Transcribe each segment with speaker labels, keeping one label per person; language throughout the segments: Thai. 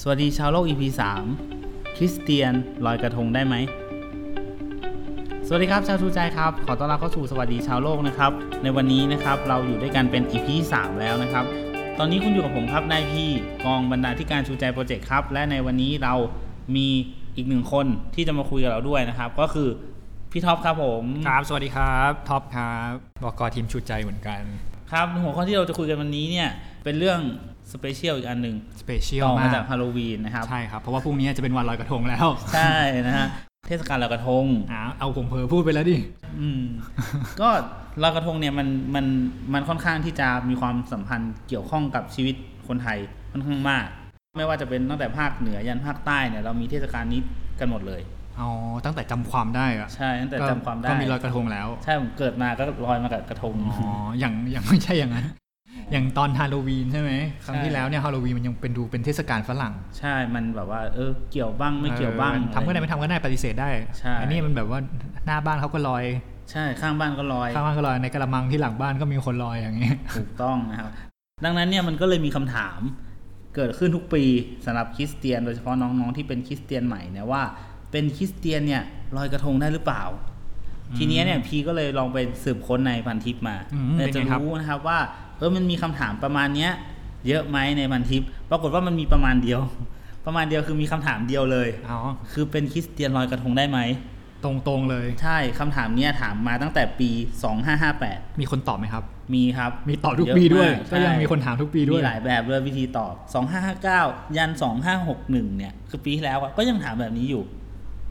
Speaker 1: สวัสดีชาวโลก EP 3คริสเตียนลอยกระทงได้ไหม สวัสดีครับชาวชูใจครับ ขอต้อนรับเข้าสู่สวัสดีชาวโลกนะครับ ในวันนี้นะครับเราอยู่ด้วยกันเป็น EP ที่สามแล้วนะครับ ตอนนี้คุณอยู่กับผมครับนายพี่กองบรรณาธิการชูใจโปรเจกต์ครับ และในวันนี้เรามีอีกหนึ่งคนที่จะมาคุยกับเราด้วยนะครับ ก็คือพี่ท็อปครับผม
Speaker 2: ครับ สวัสดีครับท็อปครับบอกกทีมชูใจเหมือนกัน
Speaker 1: ครับหัวข้อที่เราจะคุยกันวันนี้เนี่ยเป็นเรื่องสเปเชียลอีกอันหนึ่ง
Speaker 2: สเปเชียล
Speaker 1: ต่อ
Speaker 2: มา
Speaker 1: มาจาก กฮาโลวีนนะครับ
Speaker 2: ใช่ครับ เพราะว่าพรุ่งนี้จะเป็นวันลอยกระทงแล้ว
Speaker 1: ใช่นะฮะ เทศกาลลอยกระทง
Speaker 2: อ่าเอาผมเผลอพูดไปแล้วดิ
Speaker 1: อื ม ก็ลอยกระทงเนี่ยมันมันมันค่อนข้างที่จะมีความสัมพันธ์เกี่ยวข้องกับชีวิตคนไทยค่อนข้างมาก ไม่ว่าจะเป็นตั้งแต่ภาคเหนือยันภาคใต้เนี่ยเรามีเทศกาลนี้กันหมดเลย
Speaker 2: อ๋อ ตั้งแต่จำความได้อะ
Speaker 1: ใช่ตั้งแต่
Speaker 2: ก็
Speaker 1: จำความได้
Speaker 2: ก็มีลอยกระทงแล้ว
Speaker 1: ใช่ผมเกิดมาก็ลอยมากับกระทง
Speaker 2: อ๋อ อย่างอย่าง ไม่ใช่อย่างนั้น อย่างตอนฮาโลวีนใช่ไหม ครั้งที่
Speaker 1: ใช่
Speaker 2: แล้วเนี่ยฮาโลวีนมันยังเป็นดูเป็นเทศกาลฝรั่ง
Speaker 1: ใช่มันแบบว่า เออเกี่ยวบ้างไม่เกี่ยวบ้าง
Speaker 2: ออทำก็ได้ไม่ทำก็ได้ปฏิเสธได้
Speaker 1: ใช่
Speaker 2: อันี้มันแบบว่าหน้าบ้านเขาก็ลอย
Speaker 1: ใช่ข้างบ้านก็ลอย
Speaker 2: ข้างบ้านก็ลอย ในกระมังที่หลังบ้านก็มีคนลอยอย่างเงี้ย
Speaker 1: ถูกต้องนะครับ ดังนั้นเนี่ยมันก็เลยมีคำถามเกิดขึ้นทุกปีสำหรับคริสเตียน โดยเฉพาะน้องๆที่เป็นคริสเตียนใหม่เนี่ยว่า เป็นคริสเตียนเนี่ยลอยกระทงได้หรือเปล่า ทีเนี้ยเนี่ยพีก็เลยลองไปสืบค้นในพันทิปมา
Speaker 2: อืม
Speaker 1: เลยจะ
Speaker 2: เป็นไงครับ
Speaker 1: รู้นะครับว่าเออมันมีคำถามประมาณเนี้ย เยอะไหมในพันทิปปรากฏว่ามันมีประมาณเดียว ประมาณเดียวคือมีคำถามเดียวเลย
Speaker 2: อ๋อ
Speaker 1: คือเป็นคริสเตียนลอยกระทงได้ไหม
Speaker 2: ตรงๆเลย
Speaker 1: ใช่คำถามเนี้ยถามมาตั้งแต่ปี 2558
Speaker 2: มีคนตอบไหมครับ
Speaker 1: มีครับ
Speaker 2: มีตอบทุก
Speaker 1: เยะ
Speaker 2: ปีด้วย
Speaker 1: มา
Speaker 2: ก็ยัง
Speaker 1: ใช่
Speaker 2: มีคนถามทุกปีด้วย
Speaker 1: มีหลายแบบเลยวิธีตอบ 2559 ยัน 2561 เนี่ย คือปีที่แล้วอะก็ยังถามแบบนี้อยู่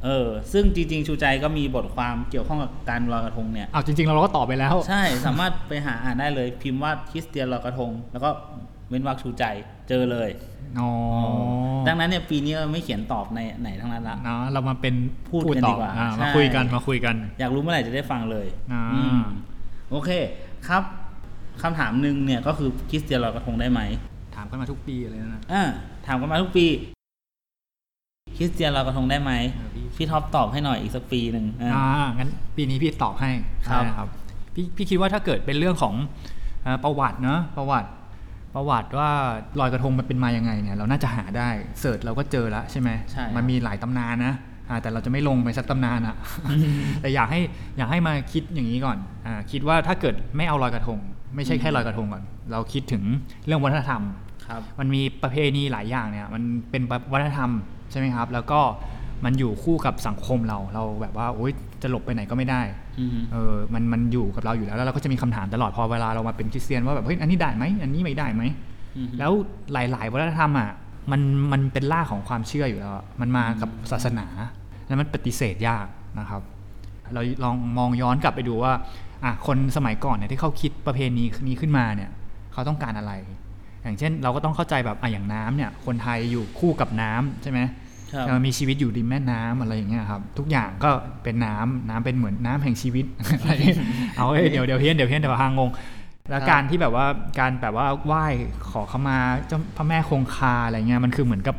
Speaker 1: เออ ซึ่งจริง ๆ ชูใจก็มีบทความเกี่ยวข้องกับการลอยกระทงเนี่ย
Speaker 2: เอาจริงๆ เราก็ตอบไปแล้ว
Speaker 1: ใช่ สามารถไปหาอ่านได้เลย พิมพ์ว่าคริสเตียนลอยกระทง แล้วก็เว้นวรรคชูใจ เจอเลย
Speaker 2: อ๋อ
Speaker 1: ดังนั้นเนี่ยปีนี้เราไม่เขียนตอบในไหนทั้งนั้นละ
Speaker 2: เนอะเรามาเป็น
Speaker 1: พูดกัน
Speaker 2: ต
Speaker 1: ดี
Speaker 2: อบ
Speaker 1: กว่า
Speaker 2: อ่า
Speaker 1: ใช่
Speaker 2: มาคุยกัน มาคุยกัน
Speaker 1: อยากรู้เมื่อไหร่จะได้ฟังเลย
Speaker 2: อ่า
Speaker 1: มโอเค ครับคำถามหนึ่งเนี่ยก็คือคริสเตียนลอยกระทงได้ไหม
Speaker 2: ถามกันมาทุกปีเลยนะ
Speaker 1: อ่าถามกันมาทุกปีคริสเตียนลอยกระทงได้ไหม พี่ท็อปตอบให้หน่อยอีกสักปีหนึ่งอ่ะ
Speaker 2: อ่า งั้นปีนี้พี่ตอบให้
Speaker 1: ครับ
Speaker 2: ได้นะครับ พี่พี่คิดว่าถ้าเกิดเป็นเรื่องของเอ่อประวัติเนอะประวัติ ประวัติว่าลอยกระทงมันเป็นมายังไงเนี่ย เราน่าจะหาได้เสิร์ชเราก็เจอแล้วใช่ไหม
Speaker 1: ใช่
Speaker 2: มันมีหลายตำนานนะอ่าแต่เราจะไม่ลงไปสักตำนานอะ แต่อยากให้อยากให้มาคิดอย่างนี้ก่อนอาคิดว่าถ้าเกิดไม่เอาลอยกระทง ไม่ใช่แค่ลอยกระทงก่อน เราคิดถึงเรื่องวัฒนธรรม
Speaker 1: ครับ
Speaker 2: มันมีประเพณีหลายอย่างเนี่ย มันเป็นวัฒนธรรมใช่ไหมครับ แล้วก็มันอยู่คู่กับสังคมเรา เราแบบว่าโอ๊ยจะหลบไปไหนก็ไม่ได้
Speaker 1: อืม
Speaker 2: เออ มัน มันอยู่กับเราอยู่แล้ว แล้วเราก็จะมีคำถามตลอด พอเวลาเรามาเป็นคริสเตียนว่าแบบ เฮ้ย อันนี้ได้ไหม อันนี้ไม่ได้ไหม
Speaker 1: อือฮึ
Speaker 2: แล้วหลาย ๆ วัฒนธรรมอ่ะ มัน มันเป็นล่ากของความเชื่ออยู่แล้วอะมันมากับศาสนา แล้วมันปฏิเสธยากนะครับ เราลองมองย้อนกลับไปดูว่า อ่ะ คนสมัยก่อนเนี่ยที่เขาคิดประเพณีนี้ขึ้นมาเนี่ย เขาต้องการอะไร อย่างเช่น เราก็ต้องเข้าใจแบบ อ่ะ อย่างน้ำเนี่ย คนไทยอยู่คู่กับน้ำใช่ไหม
Speaker 1: ครับ
Speaker 2: เอ่อมีชีวิตอยู่ริมแม่น้ำอะไรอย่างเงี้ยครับ ทุกอย่างก็เป็นน้ำน้ำเป็นเหมือนน้ำแห่งชีวิต อะไรเอาเอ้ยเดี๋ยวเดี๋ยวเพี้ยนเดี๋ยวเพี้ยนเดี๋ยวหางง แล้วการที่แบบว่าการแบบว่าไหว้ขอเขามาเจ้าพระแม่คงคาอะไรเงี้ยมันคือเหมือนกับ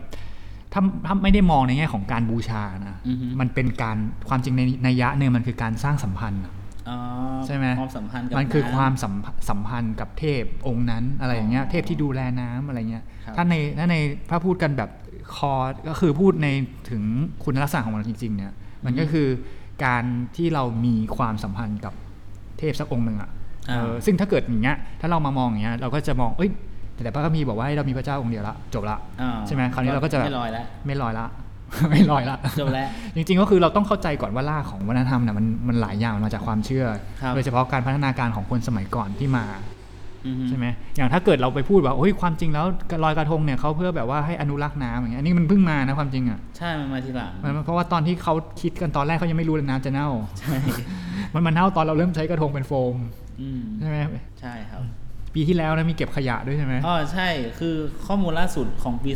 Speaker 2: ถ้าถ้าไม่ได้มองในแง่ของการบูชานะ
Speaker 1: อือฮึ
Speaker 2: มันเป็นการความจริงในในยยะหนึ่งมันคือการสร้างสัมพันธ์อะ
Speaker 1: อ๋อ
Speaker 2: ใช่ไหม
Speaker 1: ความสัมพันธ์กับ
Speaker 2: มันคือ
Speaker 1: ำ
Speaker 2: ความสัมพสัมพันธ์กับเทพองค์นั้นอะไรอย่างเงี้ย
Speaker 1: อ๋อ
Speaker 2: เทพที่ดูแลน้ำอะไรเงี้ย
Speaker 1: ครับ
Speaker 2: ถ้าในถ้าในพระพูดกันแบบคอก็คือพูดในถึงคุณลักษณะของมันจริง ๆ เนี่ย มันก็คือการที่เรามีความสัมพันธ์กับเทพสักองค์หนึ่งอ่ะเออซึ่งถ้าเกิดอย่างเงี้ยถ้าเรามามองอย่างเงี้ยเราก็จะมองเอ้ยแต่พระก็มีบอกว่าให้เรามีพระเจ้าองค์เดียวละจบละ
Speaker 1: อ่า
Speaker 2: ใช่ไหมคราวนี้เราก็จะ
Speaker 1: ไม่ลอยแล้ว
Speaker 2: ไม่ลอยละ ไม่ลอยละ
Speaker 1: จบแล้ว
Speaker 2: จริงๆ ก็คือเราต้องเข้าใจก่อนว่าล่ากของวัฒนธรรมเนี่ยมันมันหลายอย่างมันมาจากความเชื่อ
Speaker 1: ครับ
Speaker 2: โดยเฉพาะการพัฒนาการของคนสมัยก่อนที่มา
Speaker 1: อือฮึ
Speaker 2: ใช่ไหมอย่างถ้าเกิดเราไปพูดว่าโอ้ยความจริงแล้วลอยกระทงเนี่ยเขาเพื่อแบบว่าให้อนุรักษ์น้ำอย่างเงี้ยอันนี้มันเพิ่งมานะความจริงอ่ะ
Speaker 1: ใช่มันมาทีหลัง
Speaker 2: มันเพราะว่าตอนที่เขาคิดกันตอนแรกเขายังไม่รู้เลยน้ำจะเน่า
Speaker 1: ใช่
Speaker 2: มันมาเน่าตอนเราเริ่มใช้กระทงเป็นโฟม
Speaker 1: อืม
Speaker 2: ใช่ไหม
Speaker 1: ใช่ครับ
Speaker 2: ปีที่แล้วนะมีเก็บขยะด้วยใช่ไหม
Speaker 1: อ๋อใช่คือข้อมูลล่าสุดของปี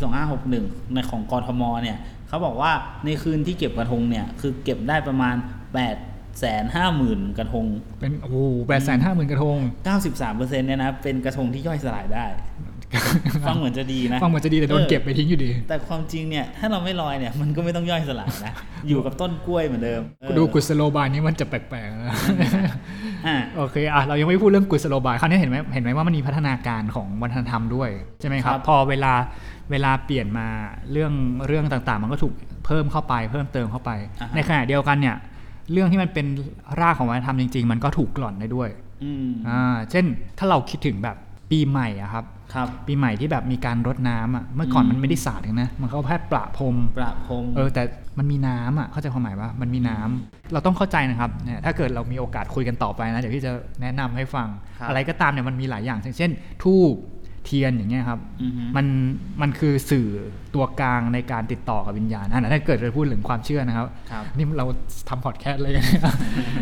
Speaker 1: 2561 ในของกทมเนี่ยเขาบอกว่าในคืนที่เก็บกระทงเนี่ยคือเก็บได้ประมาณ8แสนห้าหมื่นกระทง
Speaker 2: เป็นโอ้โหแปดแสนห้าหมื่นกระทง
Speaker 1: 93%เนี่ยนะ เป็นกระทงที่ย่อยสลายได้ ฟังเหมือนจะดีนะ
Speaker 2: ฟังเหมือนจะดีแต่โดนเก็บไป
Speaker 1: ออ
Speaker 2: ทิ้งอยู่ดี
Speaker 1: แต่ความจริงเนี่ย ถ้าเราไม่ลอยเนี่ย มันก็ไม่ต้องย่อยสลายนะ อยู่กับต้นกล้วยเหมือนเดิมเออ
Speaker 2: ดูกุศโลบายนี้มันจะแปลกๆนะ
Speaker 1: อ่ะ
Speaker 2: โอเคอ่ะเรายังไม่พูดเรื่องกุศโลบายคราวนี้เห็นไหมเห็นไหมว่ามันมีพัฒนาการของวัฒนธรรมด้วย ใช่ไหมครั
Speaker 1: ครับ บ
Speaker 2: พอเวลาเ เวลาเปลี่ยนมาเรื่องเรื่องต่างๆ มันก็ถูกเพิ่มเข้าไป เพิ่มเติมเข้าไป
Speaker 1: อ่าฮะ
Speaker 2: ในขณะเดียวกันเนี่ยเรื่องที่มันเป็นรากของวัฒนธรรมจริง ๆ มันก็ถูกกล่อนได้ด้วย
Speaker 1: อืม
Speaker 2: อ่าเช่นถ้าเราคิดถึงแบบปีใหม่อะครับ
Speaker 1: ครับ
Speaker 2: ปีใหม่ที่แบบมีการรดน้ำอะเมื่อก่อน
Speaker 1: อืม
Speaker 2: มันไม่ได้สาดกันนะ มันก็แค่ประพรม
Speaker 1: ประพรม
Speaker 2: เออแต่มันมีน้ำอ่ะเข้าใจความหมายว่ามันมีน้ำเราต้องเข้าใจนะครับเนี่ยถ้าเกิดเรามีโอกาสคุยกันต่อไปนะเดี๋ยวพี่จะแนะนำให้ฟัง
Speaker 1: ครับ
Speaker 2: อะไรก็ตามเนี่ยมันมีหลายอย่างอย่างเช่นทูบเทียนอย่างเงี้ยครับ
Speaker 1: อือฮึ
Speaker 2: มันมันคือสื่อตัวกลางในการติดต่อกับวิญญาณอ่ะถ้าเกิดเราพูดถึงความเชื่อนะครับ
Speaker 1: ครับ
Speaker 2: นี่เราทำพอดแคสต์เลยนะ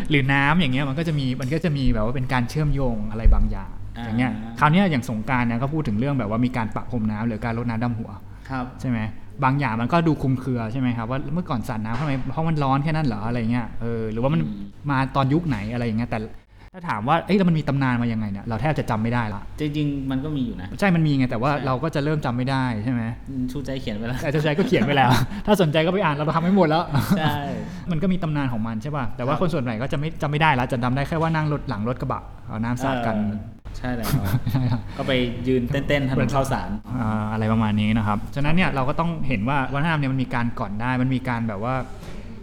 Speaker 2: หรือน้ำอย่างเงี้ยมันก็จะมีมันก็จะมีแบบว่าเป็นการเชื่อมโยงอะไรบางอย่าง
Speaker 1: อ่า
Speaker 2: อย่างเงี้ยคราวเนี้ยอย่างสงกรารเนี่ยก็พูดถึงเรื่องแบบว่ามีการปะพรมน้ำหรือการรดน้ำดำหัว
Speaker 1: ครับ
Speaker 2: ใช่ไหมบางอย่างมันก็ดูคลุมเครือใช่ไหมครับว่าเมื่อก่อนสาดน้ำทำไมเพราะมันร้อนแค่นั้นเหรออะไรเงี้ยเออหรือว่ามัน
Speaker 1: อืม
Speaker 2: มาตอนยุคไหนอะไรอย่างเงี้ยแต่ถ้าถามว่าเอ้ยแล้วมันมีตำนานมายังไงเนี่ยเราแทบจะจำไม่ได้ละ
Speaker 1: จริงๆมันก็มีอยู่นะ
Speaker 2: ใช่มันมีไงแต่ว่า
Speaker 1: ใช่
Speaker 2: เราก็จะเริ่มจำไม่ได้ใช่ไหม
Speaker 1: อืมชูใจเขียนไว้แล้ว
Speaker 2: แต่เจ้าชายก็เขียนไว้แล้ว ถ้าสนใจก็ไปอ่านเราทำให้หมดแล้ว
Speaker 1: ใช่
Speaker 2: มันก็มีตำนานของมันใช่ป่ะแต่ว่า
Speaker 1: ครับ
Speaker 2: คนส่วนใหญ่ก็จะไม่จำไม่ได้ละจะจำได้แค่ว่านั่งรถหลังรถกระบะเอาน้ำสาดกัน
Speaker 1: เออใช่แล้ว
Speaker 2: ใช่ครับ
Speaker 1: ก็ไปยืนเต้นๆถนนข้าวสาร
Speaker 2: อ่าอะไรประมาณนี้นะครับ ฉะนั้นเนี่ยเราก็ต้องเห็นว่าวัฒนธรรมเนี่ยมันมีการก่อนได้ มันมีการแบบว่า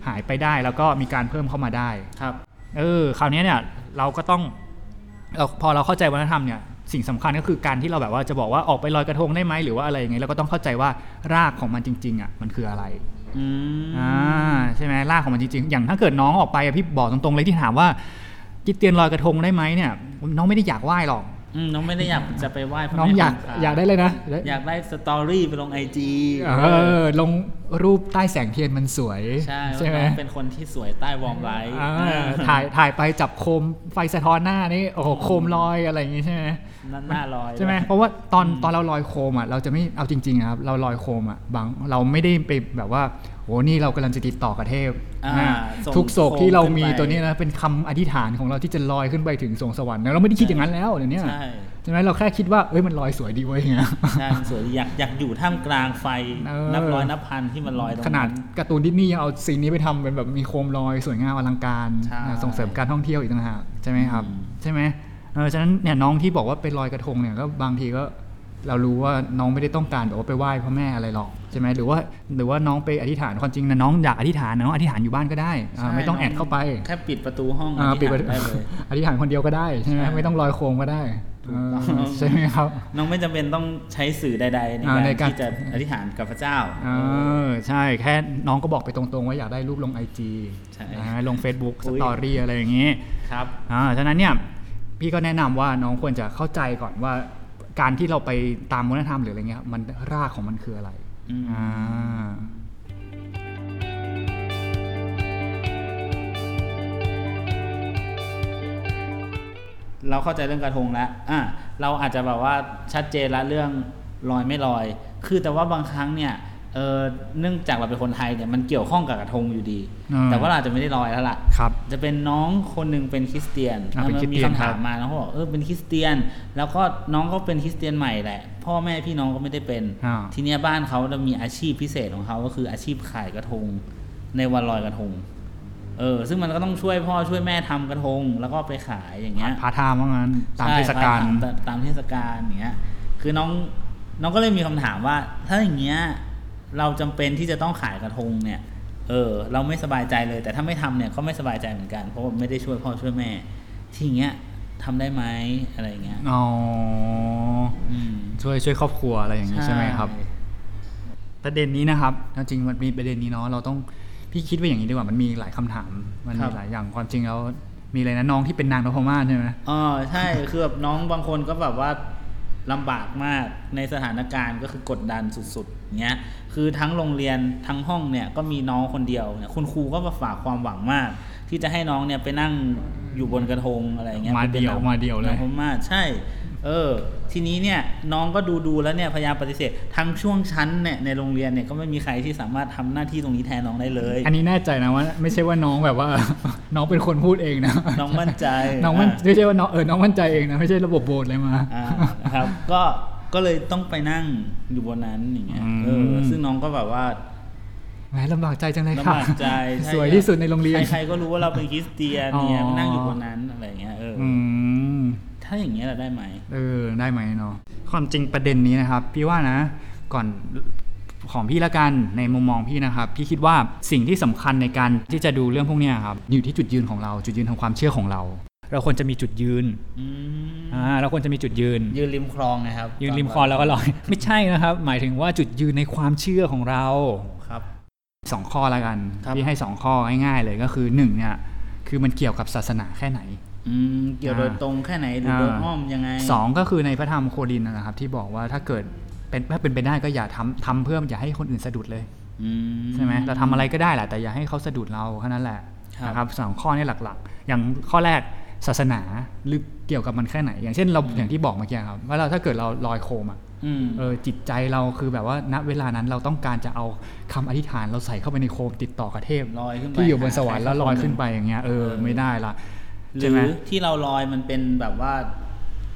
Speaker 2: หายไปได้แล้วก็มีการเพิ่มเข้ามาได้
Speaker 1: ครับ
Speaker 2: เออ คราวเนี้ยเนี่ยเราก็ต้องเราพอเราเข้าใจวัฒนธรรมเนี่ยสิ่งสำคัญก็คือการที่เราแบบว่าจะบอกว่าออกไปลอยกระทงได้ไหมหรือว่าอะไรอย่างเงี้ยเราก็ต้องเข้าใจว่ารากของมันจริงๆอ่ะมันคืออะไร
Speaker 1: อืม
Speaker 2: อ่าใช่ไหมรากของมันจริงๆ อย่างถ้าเกิดน้องออกไปอะพี่บอกตรงๆเลยที่ถามว่าคิดเตียนลอยกระทงได้ไหมเนี่ย น้องไม่ได้อยากไหว้หรอก
Speaker 1: อืมน้องไม่ได้อยากจะไปไหว้พระ
Speaker 2: น้อง
Speaker 1: แม่
Speaker 2: อยาก
Speaker 1: คงค
Speaker 2: อยากได้เลยนะ
Speaker 1: อยากได้สตอรี่ไปลงไอจี
Speaker 2: เออลงรูปใต้แสงเทียนมันสวย
Speaker 1: ใช่
Speaker 2: ไหม
Speaker 1: น้องเป็นคนที่สวยใต้วอร์มไลท์
Speaker 2: อ่าถ่ายถ่ายไปจับโคมไฟสะท้อนหน้านี่โอ้โหโคมลอยอะไรอย่างงี้ใช่ไหม
Speaker 1: นั่นหน้าลอย
Speaker 2: ใช่ไหมเพราะว่าตอนตอนเราลอยโคมอ่ะเราจะไม่เอาจริงๆนะครับเราลอยโคมอ่ะบางเราไม่ได้ไปแบบว่าโหนี่เรากำลังจะติดต่อกับเทพ
Speaker 1: อ่า
Speaker 2: อ่า
Speaker 1: ส่ง
Speaker 2: ทุกโศกที่เรามี
Speaker 1: โคมขึ้ไป
Speaker 2: ตัวนี้นะเป็นคำอธิษฐานของเราที่จะลอยขึ้นไปถึงสวงสวรรค์นะเราไม่ได้คิดอย่างนั้นแล้วเดี๋ยวนี้
Speaker 1: ใช่
Speaker 2: ใช่ไหมเราแค่คิดว่าเอ้ยมันลอยสวยดีเว้ยอย่างเงี้ย
Speaker 1: ใช่มันสวยดีอยากอยากอยู่ท่ามกลางไฟ
Speaker 2: เออ
Speaker 1: นับร้อยนับพันที่มันลอยตรง
Speaker 2: ขนาดการ์ตูนดิสนีย์ยังเอาซีนนี้ไปทำเป็นแบบมีโคมลอยสวยงามอลังการ
Speaker 1: ใช่
Speaker 2: อ่าส่งเสริมการท่องเที่ยวอีกต่างหากใช่ไหมครับ
Speaker 1: อืม
Speaker 2: ใช่ไหมเออฉะนั้นเนี่ยน้องที่บอกว่าไปลอยกระทงเนี่ยก็บางทีก็เรารู้ว่าน้องไม่ได้ต้องการแบบว่าไปไหว้พ่อแม่อะไรหรอกใช่ไหมหรือว่าหรือว่าน้องไปอธิษฐานความจริงนะน้องอยากอธิษฐานนะน้องอธิษฐานอยู่บ้านก็ได้อ่า
Speaker 1: ใช่
Speaker 2: ไม่ต้องแอดเข้าไป
Speaker 1: แค่ปิดประตูห้อง
Speaker 2: อ่า
Speaker 1: ปิ
Speaker 2: ปิ
Speaker 1: ด
Speaker 2: ด
Speaker 1: ปตู
Speaker 2: ประ ระตู
Speaker 1: ได้เลย
Speaker 2: อธิษฐานคนเดียวก็ได้ใช่ไหม
Speaker 1: ใช่
Speaker 2: ไม่ต้องลอยโคมก็ได้
Speaker 1: ถูกต้อง
Speaker 2: เออใช่ไหมครับ
Speaker 1: น้องไม่จำเป็นต้องใช้สื่อใด ๆ ใน
Speaker 2: อ่า
Speaker 1: การ
Speaker 2: ในการ
Speaker 1: ที่จะอธิษฐานกับพระเจ้า
Speaker 2: เออใช่แค่น้องก็บอกไปตรงๆ ว่าอยากได้รูปลง IG
Speaker 1: ใช่
Speaker 2: นะฮะลง Facebook
Speaker 1: อุ๊
Speaker 2: ส
Speaker 1: ย
Speaker 2: ตอรี่อะไรอย่างงี้
Speaker 1: ครับ
Speaker 2: อ่าฉะนั้นเนี่ยพี่ก็แนะนำว่าน้องควรจะเข้าใจก่อนว่า การที่เราไปตามวัฒนธรรมหรืออะไรเงี้ยมันรากของมันคืออะไร
Speaker 1: อืม
Speaker 2: อ่า
Speaker 1: เราเข้าใจเรื่องกระทงแล้วอ่ะเราอาจจะแบบว่าชัดเจนละเรื่องลอยไม่ลอย คือแต่ว่าบางครั้งเนี่ย เออเนื่องจากเราเป็นคนไทยเนี่ยมันเกี่ยวข้องกับกระทงอยู่ดี แต่ว่าเราอาจจะไม่ได้ลอยแล้วล่ะ
Speaker 2: ครับ
Speaker 1: จะเป็นน้องคนหนึ่งเป็นคริสเตียน
Speaker 2: อ่ะเป็น
Speaker 1: มั
Speaker 2: คริส
Speaker 1: มี
Speaker 2: เตียน
Speaker 1: คำ
Speaker 2: ครั
Speaker 1: ถา
Speaker 2: บ
Speaker 1: มมาน้องเขาบอกเออเป็นคริสเตียน แล้วก็น้องก็เป็นคริสเตียนใหม่แหละ พ่อแม่พี่น้องก็ไม่ได้เป็น
Speaker 2: อ่า
Speaker 1: ทีเนี้ยบ้านเขาจะมีอาชีพพิเศษของเขาก็คืออาชีพขายกระทง ในวันลอยกระทง เออ ซึ่งมันก็ต้องช่วยพ่อช่วยแม่ทำกระทง แล้วก็ไปขายอย่างเงี้ย
Speaker 2: พาร์ทไทม์ว่างั้นตาม
Speaker 1: ใช่
Speaker 2: เทศกาล
Speaker 1: ตมตามเทศกาลอย่างเงี้ย คือน้องน้องก็เลยมีคำถามว่า ถ้าอย่างเงี้ยเราจำเป็นที่จะต้องขายกระทงเนี่ย เออ เราไม่สบายใจเลย แต่ถ้าไม่ทำเนี่ยก็ไม่สบายใจเหมือนกัน เพราะว่าไม่ได้ช่วยพ่อช่วยแม่ ที่อย่างเงี้ยทำได้ไหมอะไรอย่างเงี้ย
Speaker 2: อ๋อ
Speaker 1: อืม
Speaker 2: ช่วยช่วยครอบครัวอะไรอย่างนี้ใช่ไหมครับ ประเด็นนี้นะครับจริงๆมันมีประเด็นนี้เนาะ เราต้องพี่คิดว่าอย่างนี้ดีกว่า มันมีหลายคำถาม มันมีหลายอย่าง ความจริงแล้วมีอะไรนะน้องที่เป็นนางนพมาศใช่ไหม
Speaker 1: อ๋อใช่คือแบบน้องบางคนก็แบบว่าลำบากมากในสถานการณ์ก็คือกดดันสุดๆอย่างเงี้ย คือทั้งโรงเรียนทั้งห้องเนี่ยก็มีน้องคนเดียวเนี่ยคุณครูก็มาฝากความหวังมาก ที่จะให้น้องเนี่ยไปนั่งอยู่บนกระทงอะไรอย่างเงี้ย
Speaker 2: มาเดี่ยว
Speaker 1: ป็นน้อง
Speaker 2: มาเดี่ยวเลย
Speaker 1: น้องพม่าใช่ เออ ทีนี้เนี่ยน้องก็ดูดูๆแล้วเนี่ยพยายามปฏิเสธทั้งช่วงชั้นเนี่ยในโรงเรียนเนี่ยก็ไม่มีใครที่สามารถทำหน้าที่ตรงนี้แทนน้องได้เลย
Speaker 2: อันนี้แน่ใจนะว่าไม่ใช่ว่าน้องแบบว่า น้องเป็นคนพูดเองนะ
Speaker 1: น้องมั่นใจ
Speaker 2: น้องมันไม่ใช่ว่าน้องเออน้องมั่นใจเองนะไม่ใช่ระบบโบสถ์อะไรมา
Speaker 1: อ่านะครับ ก็ก็เลยต้องไปนั่งอยู่บนนั้นอย่างเงี้ย
Speaker 2: อืม
Speaker 1: เออซึ่งน้องก็แบบว่า
Speaker 2: แหมลำบากใจจังเลย
Speaker 1: ลำ
Speaker 2: ค่ะ
Speaker 1: บากใจใช่
Speaker 2: สวยที่สุดในโรงเรียน
Speaker 1: ใครๆก็รู้ว่าเราเป็นคริสเตียนเนี่ย
Speaker 2: อ๋อ
Speaker 1: นั่งอยู่บนนั้นอะไรอย่างเงี้ยเอออ
Speaker 2: อืม
Speaker 1: ถ้าอย่างเงี้ยเราได้ไหม
Speaker 2: เออได้ไหมเนาะความจริงประเด็นนี้นะครับ พี่ว่านะ ก่อนของพี่ละกันในมุมมองพี่นะครับ พี่คิดว่าสิ่งที่สำคัญในการที่จะดูเรื่องพวกเนี้ยครับอยู่ที่จุดยืนของเราจุดยืนทางความเชื่อของเรา เราควรจะมีจุดยืน
Speaker 1: อืม
Speaker 2: อ่าเราควรจะมีจุดยืน
Speaker 1: ยืนริมคลองนะครับ
Speaker 2: ยืนริมคลองแล้วก็ลอย ไม่ใช่นะครับ หมายถึงว่าจุดยืนในความเชื่อของเรา
Speaker 1: ครับ
Speaker 2: สองข้อละกัน
Speaker 1: ครับ
Speaker 2: พี่ให้สองข้อง่ายๆเลยก็คือหนึ่งเนี่ยคือมันเกี่ยวกับศาสนาแค่ไหน
Speaker 1: อืมเกี่ยวโดยตรงแค่ไหนหรือโดยอ้อมยังไง
Speaker 2: สองก็คือในพระธรรมโครินธ์นะครับ ที่บอกว่าถ้าเกิดเป็นถ้าเป็นไปได้ก็อย่าทำทำเพื่ออย่าให้คนอื่นสะดุดเลย
Speaker 1: อื
Speaker 2: ใช่ไหมเราทำอะไรก็ได้แหละแต่อย่าให้เขาสะดุดเราแค่นั้นแหละนะครับสองข้อนี่หลักๆ อย่างข้อแรกศาสนาหรือเกี่ยวกับมันแค่ไหน อย่างเช่นเราอย่างที่บอกเมื่อกี้ครับว่าเราถ้าเกิดเราลอยโคมอะ
Speaker 1: อืม
Speaker 2: เออจิตใจเราคือแบบว่าณเวลานั้นเราต้องการจะเอาคำอธิษฐานเราใส่เข้าไปในโคมติดต่อกับเทพ
Speaker 1: ลอยขึ้นไป
Speaker 2: ที่อยู่บน
Speaker 1: หา
Speaker 2: สวรรค์แล้วลอยขึ้นไปอย่างเงี้ยเออไม่ได้ละ
Speaker 1: หรื
Speaker 2: ใช่ไหม
Speaker 1: อที่เราลอยมันเป็นแบบว่า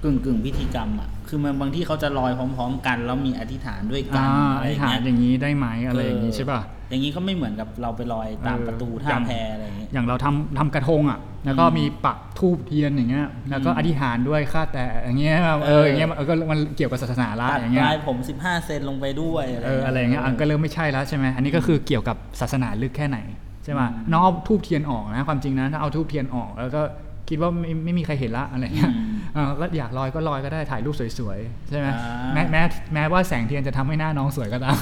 Speaker 1: กึ่งกึ่งๆพิธีกรรมอ่ะคือมันบางที่เขาจะลอยพร้อม ๆ กัน แล้วมีอธิษฐานด้วยกั
Speaker 2: อ่าน อ
Speaker 1: อะไร
Speaker 2: ธิษ
Speaker 1: อ
Speaker 2: ฐาน
Speaker 1: ย่าง
Speaker 2: อ
Speaker 1: เงี้ย
Speaker 2: ย่างนี้ได้ไหมอะไรอย่างนี้ใช่ป่ะ
Speaker 1: อย่างนี้ก็ไม่เหมือนกับเราไปลอยตาม
Speaker 2: เออ
Speaker 1: ประตูท่า
Speaker 2: จำ
Speaker 1: แพอะไรอย่างเงี้ย
Speaker 2: อย่างเราทำทำกระทงอ่ะ แล้วก็มีปักทูบเทียนอย่างเงี้ย แล้วก็อธิษฐานด้วยค่าแต่อย่างเงี้ยเอ
Speaker 1: เอ
Speaker 2: อ
Speaker 1: อ
Speaker 2: อ
Speaker 1: อ
Speaker 2: ย่างเงี้ยมันเออก็มันเกี่ยวกับศาสนาละ
Speaker 1: ตัด
Speaker 2: อย่างเงี้
Speaker 1: ป
Speaker 2: ย
Speaker 1: ลายผม 15 เซนลงไปด้วย
Speaker 2: เอออะไรอย่างเงี้ยอันก็เริ่มไม่ใช่แล้วใช่ไหมอันนี้ก็คือเกี่ยวกับศาสนาลึกแค่ไหนใช่ป่ะน้องเอาทูบเทียนออกนะความจริงนะถ้าเอาทูบเทียนออก แล้วก็คิดว่าไม่ไม่มีใครเห็นละอะไรเงี้ยเออแล้วอยากลอยก็ลอยก็ได้ถ่ายรูปสวยๆใช่ไหมแม้แม้แม้ว่าแสงเทียนจะทำให้หน้าน้องสวยก็ตาม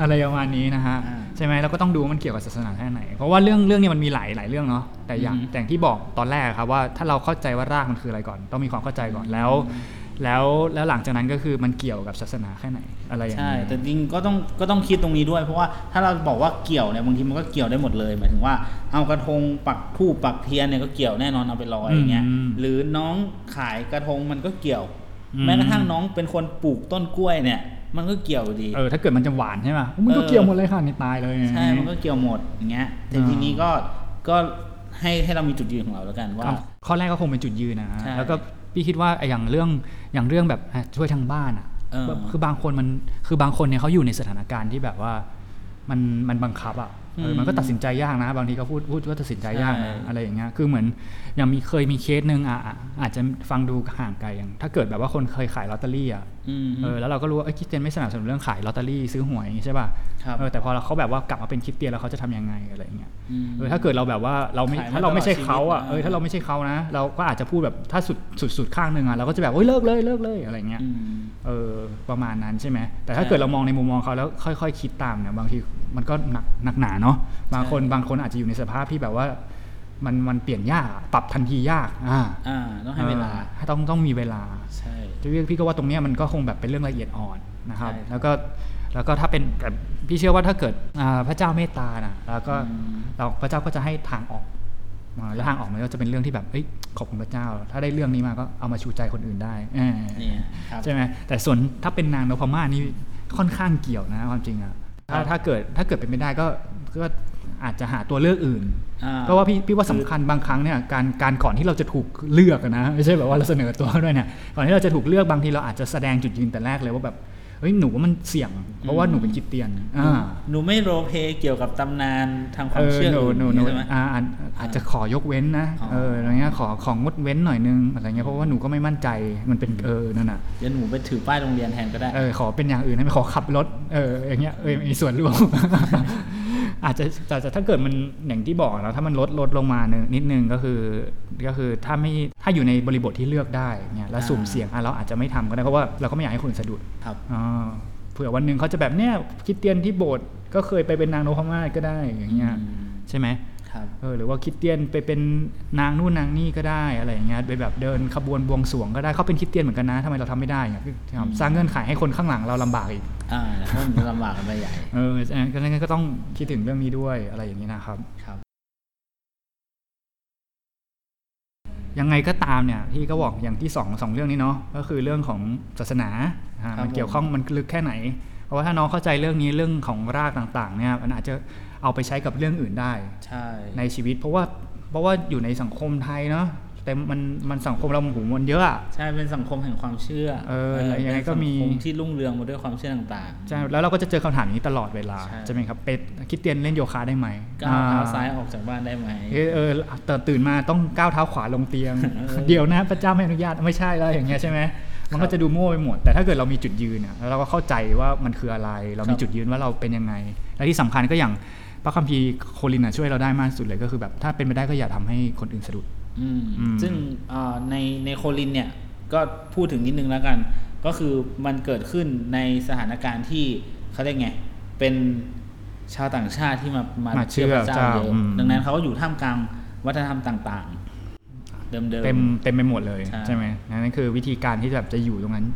Speaker 2: อะไรประมาณนี้นะฮะ
Speaker 1: อ่า
Speaker 2: ใช่ไหมเราก็ต้องดูว่ามันเกี่ยวกับศาสนาแค่ไหน เพราะว่าเรื่องเรื่องเนี้มันมีหลายหลายเรื่องเนาะแต่อย่าง
Speaker 1: อือฮึ
Speaker 2: แต่อย่างที่บอกตอนแรกครับว่าถ้าเราเข้าใจว่ารากมันคืออะไรก่อน ต้องมีความเข้าใจก่อนแล้ว แล้วแล้วหลังจากนั้นก็คือมันเกี่ยวกับศาสนาแค่ไหนอะไรอย่าง
Speaker 1: ใช่
Speaker 2: นี้
Speaker 1: แต่จริงก็ต้องก็ต้องคิดตรงนี้ด้วย เพราะว่าถ้าเราบอกว่าเกี่ยวเนี่ยบางทีมันก็เกี่ยวได้หมดเลยหมายถึงว่าเอากระทงปักทูปปักเทียนเนี่ยก็เกี่ยวแน่นอนเอาไปลอยอย่างเงี้ยหรือน้องขายกระทงมันก็เกี่ยว แม้กระทั่งน้องเป็นคนปลูกต้นกล้วยเนี่ย มันก็เกี่ยวอยู่ดี
Speaker 2: เออถ้าเกิดมันจะหวานใช่ไหมมันก็
Speaker 1: เออ
Speaker 2: เกี่ยวหมดเลยค่ะนี่ตายเลย
Speaker 1: ใช่มันก็เกี่ยวหมดอย่างเงี้ยแต่
Speaker 2: อ่า
Speaker 1: ทีนี้ก็ก็ให้ให้เรามีจุดยืนของเราแล้วกันว่า
Speaker 2: อ่ะข้อแรกก็คงเป็นจุดยืนนะฮะ
Speaker 1: ใช่
Speaker 2: แล้วก็พี่คิดว่าไอ้อย่างเรื่องอย่างเรื่องแบบอ่ะช่วยทางบ้านอ่ะ
Speaker 1: เออ
Speaker 2: คือบางคนมันคือบางคนเนี่ยเขาอยู่ในสถานการณ์ที่แบบว่ามันมันบังคับอ่ะเออมันก็ตัดสินใจยากนะ บางทีเขาพูดพูดว่าตัดสินใจยากนะอะไรอย่างเงี้ยคือเหมือนอย่างมีเคยมีเคสหนึ่งอ่ะอ่ะอาจจะฟังดูห่างไกลอย่างถ้าเกิดแบบว่าคนเคยขายลอตเตอรี่อ่ะ
Speaker 1: อืม
Speaker 2: เออแล้วเราก็รู้ว่าเอ้ยคริสเตียนไม่สนับสนุนเรื่องขายลอตเตอรี่ซื้อหวยอย่างงี้ใช่ป่ะ
Speaker 1: ครับ
Speaker 2: เออแต่พอเราเขาแบบว่ากลับมาเป็นคริสเตียนแล้วเขาจะทำยังไงอะไรอย่างเงี้ย
Speaker 1: อืม
Speaker 2: เออถ้าเกิดเราแบบว่าเราไม่
Speaker 1: ขายมา
Speaker 2: ถ้าเราไม่ใช่
Speaker 1: ตลอดชีวิต
Speaker 2: เขาอ่ะ
Speaker 1: นะ
Speaker 2: เออถ้าเราไม่ใช่เขานะ เราก็อาจจะพูดแบบถ้าสุดสุดสุดข้างหนึ่งอ่ะเราก็จะแบบโอ้ยเลิกเลยเลิกเลยอะไรเงี้ย
Speaker 1: อืม
Speaker 2: เออประมาณนั้นใช่ไหมแต่ถ้าเกิดเรามองในมุมมองเขาแล้วค่อย ๆ คิดตามเนี่ยบางทีมันก็หนักหนักหนาเนาะบางคนบางคนอาจจะอยู่ในสภาพที่แบบว่า มันมันเปลี่ยนยากอะปรับทันทียากอ่า
Speaker 1: อ่าต้องให้เวลา
Speaker 2: ออต้องต้องมีเวลา
Speaker 1: ใช่
Speaker 2: พี่ก็ว่าตรงเนี้ยมันก็คงแบบเป็นเรื่องละเอียดอ่อนนะครับ
Speaker 1: ใช่ครับ
Speaker 2: แล้วก็แล้วก็ถ้าเป็นแบบพี่เชื่อว่าถ้าเกิดอ่าพระเจ้าเมตตานะแล้วก็
Speaker 1: อืม
Speaker 2: เราพระเจ้าก็จะให้ทางออกอ่าแล้วทางออกมันก็จะเป็นเรื่องที่แบบเอ้ยขอบคุณพระเจ้า ถ้าได้เรื่องนี้มาก็เอามาชูใจคนอื่นได้เออ
Speaker 1: เนี่ยครับ
Speaker 2: ใช่ไหมแต่ส่วนถ้าเป็นนางนพมาศนี่ค่อนข้างเกี่ยวนะความจริงอะถ้าถ้าเกิดถ้าเกิดเป็นไม่ได้ก็ก็อาจจะหาตัวเลือกอื่น
Speaker 1: อ่
Speaker 2: เพราะว่าพี่พี่ว่าสำคัญบางครั้งเนี่ยการการก่อนที่เราจะถูกเลือกอะนะไม่ใช่แบบว่าเราเสนอตัวด้วยเนี่ยก่อนที่เราจะถูกเลือกบางทีเราอาจจะแสดงจุดยืนแต่แรกเลยว่าแบบเฮ้ยหนูว่ามันเสี่ยง เพราะว่าหนูเป็นคริดเตียนอ่า
Speaker 1: หนูไม่โรลเพลย์เกี่ยวกับตำนานทางควา
Speaker 2: เอ
Speaker 1: ม
Speaker 2: อ
Speaker 1: เชื่อ
Speaker 2: หนู
Speaker 1: อื่
Speaker 2: หนูหนู
Speaker 1: ใช่ไหม
Speaker 2: อ่าอ่าอาจจะขอยกเว้นนะ
Speaker 1: อ๋อ
Speaker 2: เอออะไรเงี้ยขอของงดเว้นหน่อยนึงอะไรเงี้ยเพราะว่าหนูก็ไม่มั่นใจมันเป็นเออนั่นน่ะ
Speaker 1: เดี๋ยวหนูไปถือป้ายโรงเรียนแทนก็ได้
Speaker 2: เออขอเป็นอย่างอื่นนะไม่ขอขับรถเอออย่างเงี้ยเออมีส่วนร่วม อาจจะแต่แต่ถ้าเกิดมันอย่างที่บอกนะถ้ามันลดลดลงมาเนนิดนึงก็คือก็คือถ้าไม่ถ้าอยู่ในบริบทที่เลือกได้เนี่ยแล้ว
Speaker 1: อ่า
Speaker 2: สุ่มเสี่ยงอ่ะเราอาจจะไม่ทำก็ได้เพราะว่าเราก็ไม่อยากให้คนอื่นสะดุด
Speaker 1: ครับ
Speaker 2: อ่าเผื่อวันหนึ่งเขาจะแบบเนี่ยคริดเตียนที่โบสถ์ก็เคยไปเป็นนางโนพมาศก็ได้อย่างเงี้ย
Speaker 1: อืม
Speaker 2: ใช่ไหม
Speaker 1: ครับ
Speaker 2: เออหรือว่าคริดเตียนไปเป็นนางนู่นนางนี่ก็ได้อะไรอย่างเงี้ยไปแบบเดินขบวนบวงสรวงก็ได้เขาเป็นคริดเตียนเหมือนกันนะทำไมเราทำไม่ได้เนี่ยสร้างเงื่อนไขให้คนข้างหลังเราลำบากอีก
Speaker 1: อ่าแล้วมันจะลำบากกันไปใหญ่
Speaker 2: เออฉะนั้นก็งั้นก็ต้องคิดถึงเรื่องนี้ด้วยอะไรอย่างนี้นะครับ
Speaker 1: ครับ
Speaker 2: ยังไงก็ตามเนี่ยพี่ก็บอกอย่างที่สองสองเรื่องนี้เนาะก็คือเรื่องของศาสนาอ่า
Speaker 1: ครับ
Speaker 2: มันเกี่ยวข้องมันลึกแค่ไหน เพราะว่าถ้าน้องเข้าใจเรื่องนี้เรื่องของรากต่างๆเนี่ยมันอาจจะเอาไปใช้กับเรื่องอื่นได้
Speaker 1: ใช่
Speaker 2: ในชีวิต เพราะว่าเพราะว่าอยู่ในสังคมไทยเนาะแต่มันมันสังคมเราหมุนวนเยอะอะ
Speaker 1: ใช่เป็นสังคมแห่งความเชื่อ
Speaker 2: เออยังไงก็มี
Speaker 1: เป็นสังคที่รุ่งเรืองมาด้วยความเชื่อต่าง
Speaker 2: ใช่แล้วเราก็จะเจอคำถามอย่างนี้ตลอดเวลา
Speaker 1: ใช่
Speaker 2: ใช่ไหมครับเป็ดคริดเตียนเล่นโยคะได้ไหม
Speaker 1: ๆก้าวเท้า
Speaker 2: อ่
Speaker 1: ซ้ายออกจากบ้านได้ไหม
Speaker 2: เออเออตื่นตื่นมาต้องก้าวเท้าขวาลงเตียง เดี๋ยวนะพระเจ้าไม่อนุญาตไม่ใช่แล้วอย่างเงี้ยใช่ไหม มัน
Speaker 1: ครั
Speaker 2: ก็
Speaker 1: บ
Speaker 2: จะดูมั่วไปหมด แต่ถ้าเกิดเรามีจุดยืนอะแล้วเราก็เข้าใจว่ามันคืออะไร เรา
Speaker 1: ค
Speaker 2: มี
Speaker 1: รับ
Speaker 2: จุดยืนว่าเราเป็นยังไง และที่สำคัญก็อย่างพระคัมภีร์โคลินอะช่วยเราได้มากที่สุดเลยก็คือแบบถ้าเป็นไปได้ก็อย่าทำให้คนอื่นสะดุด
Speaker 1: อืม
Speaker 2: อืม
Speaker 1: ซึ่งเอ่อในในโคลินเนี่ยก็พูดถึงนิดนึงแล้วกัน ก็คือมันเกิดขึ้นในสถานการณ์ที่เขาเรียกไง เป็นชาวต่างชาติที่มามา
Speaker 2: มา
Speaker 1: เชื่อพระ
Speaker 2: เชื่อ
Speaker 1: เจ้า
Speaker 2: เจ้า
Speaker 1: เยอะ
Speaker 2: อืม
Speaker 1: ดังนั้นเขาก็อยู่ท่ามกลางวัฒนธรรมต่างๆ เดิม
Speaker 2: เต็มเต็มไปหมดเลย
Speaker 1: ใช่
Speaker 2: ใช่ไหมนั่นคือวิธีการที่แบบจะอยู่ตรงนั้น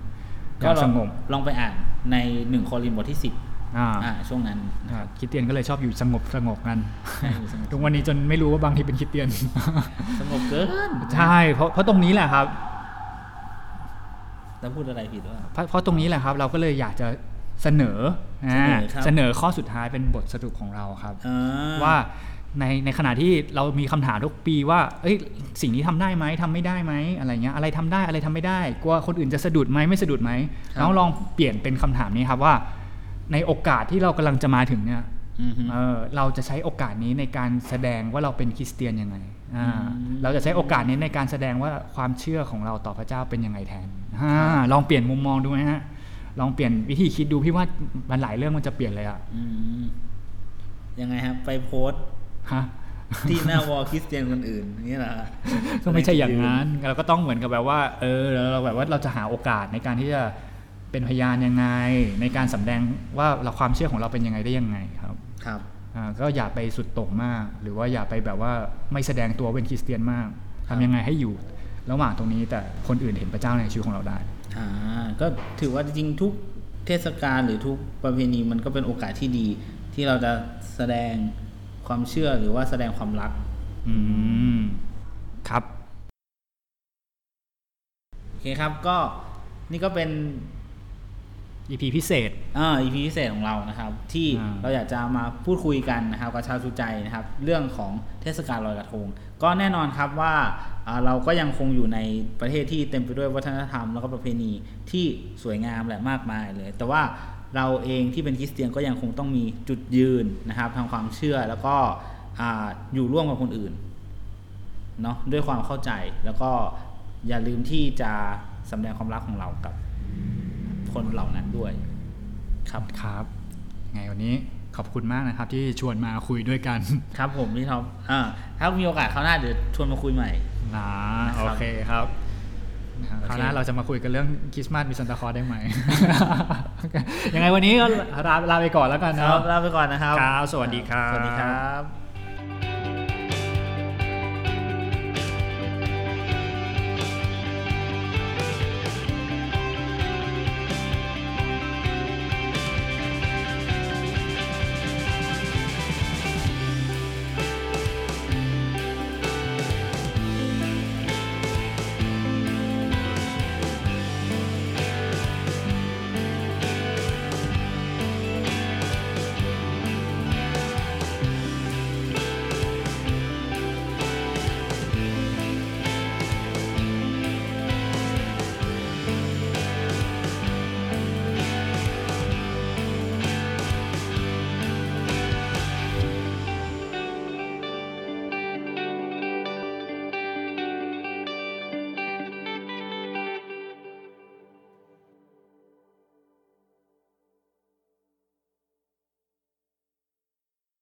Speaker 1: ๆ
Speaker 2: อย่าง
Speaker 1: ล
Speaker 2: ส
Speaker 1: อง
Speaker 2: งบ
Speaker 1: ลองไปอ่านในหนึ่งโคลินบทที่สิบ
Speaker 2: อ่า
Speaker 1: อ่าช่วงนั้น
Speaker 2: อ่าคริสเตียนก็เลยชอบอยู่สงบสงบกัน
Speaker 1: ให้อยู่สงบ
Speaker 2: ทุกวันนี้จนไม่รู้ว่าบางทีเป็นคริสเตียน
Speaker 1: สงบเกิน
Speaker 2: ใช่เพราะเพราะตรงนี้แหละครับ
Speaker 1: แล้วพูดอะไรผิดว่า
Speaker 2: เพราะเพราะตรงนี้แหละครับ เราก็เลยอยากจะเสนอ
Speaker 1: เสน
Speaker 2: อ่า
Speaker 1: อครับ
Speaker 2: เสนอข้อสุดท้ายเป็นบทสรุปของเราครับ
Speaker 1: อ่
Speaker 2: ว่าในในขณะที่เรามีคำถามทุกปีว่า เอ้ยสิ่งนี้ทำได้ไหมทำไม่ได้ไหมอะไรเงี้ยอะไรทำได้อะไรทำไม่ได้กลัวคนอื่นจะสะดุดไหมไม่สะดุดไหมแล้วลองเปลี่ยนเป็นคำถามนี้ครับว่า ในโอกาสที่เรากำลังจะมาถึงเนี่ย
Speaker 1: อือฮึ
Speaker 2: เออเราจะใช้โอกาสนี้ในการแสดงว่าเราเป็นคริสเตียนยังไงอ่า
Speaker 1: อืม
Speaker 2: เราจะใช้โอกาสนี้ในการแสดงว่าความเชื่อของเราต่อพระเจ้าเป็นยังไงแทนอ่าลองเปลี่ยนมุมมองดูไหมฮะลองเปลี่ยนวิธีคิดดูพี่ว่ามันหลายเรื่องมันจะเปลี่ยนเลยอะ
Speaker 1: อืมยังไงครับไปโพสต์
Speaker 2: ฮะ
Speaker 1: ที่หน้าวอลคริสเตียนคนอื่นนี่แหละ
Speaker 2: ก็ไม่ใช่อย่าง นั้นเราก็ต้องเหมือนกับแบบว่า เออเราแบบว่าเราจะหาโอกาสในการที่จะเป็นพยานยังไง ในการสำแดงว่าเราความเชื่อของเราเป็นยังไงได้ยังไงครับ
Speaker 1: ครับ
Speaker 2: อ่าก็อย่าไปสุดโต่งมาก หรือว่าอย่าไปแบบว่าไม่แสดงตัวเป็นคริสเตียนมาก
Speaker 1: ครั
Speaker 2: ทำ
Speaker 1: บ
Speaker 2: ยังไงให้อยู่ ระหว่างตรงนี้แต่คนอื่นเห็นพระเจ้าในชีวิตของเราได้
Speaker 1: อ่าก็ถือว่าจริงๆทุกเทศกาลหรือทุกประเพณีมันก็เป็นโอกาสที่ดี ที่เราจะแสดงความเชื่อหรือว่าแสดงความรัก
Speaker 2: อืมครับ
Speaker 1: โอเคครับก็นี่ก็เป็น
Speaker 2: EP พิเศษ
Speaker 1: อ่า EP พิเศษของเรานะครับ ที่
Speaker 2: อ่า
Speaker 1: เราอยากจะมาพูดคุยกันนะครับกับชาวชูใจนะครับ เรื่องของเทศกาลลอยกระทง ก็แน่นอนครับว่าอ่าเราก็ยังคงอยู่ในประเทศที่เต็มไปด้วยวัฒนธรรม แล้วก็ประเพณีที่สวยงามและมากมายเลย แต่ว่าเราเองที่เป็นคริสเตียนก็ยังคงต้องมีจุดยืนนะครับทางความเชื่อแล้วก็อ่าอยู่ร่วมกับคนอื่น เนาะด้วยความเข้าใจแล้วก็อย่าลืมที่จะสำแดงความรักของเรากับคนเหล่านั้นด้วยครับ
Speaker 2: ครับยังไงวันนี้ขอบคุณมากนะครับ ที่ชวนมาคุยด้วย กัน
Speaker 1: ครับผมพี่ท็อปอ่าถ้ามีโอกาสคราวหน้าเดี๋ยวชวนมาคุยใหม่
Speaker 2: นะ
Speaker 1: นะครับ
Speaker 2: โอเคครับ
Speaker 1: โอเค
Speaker 2: คราวหน้าเราจะมาคุยกันเรื่องคริสต์มาสมีซันตาคลอสได้ ไหม ยังไงวันนี้ก็ลาลาไปก่อนแล้วกัน
Speaker 1: ค
Speaker 2: เน
Speaker 1: รับ
Speaker 2: อะ
Speaker 1: ลาไปก่อนนะครับ
Speaker 2: ครับสวัสดีครับ
Speaker 1: สวัสดีครับ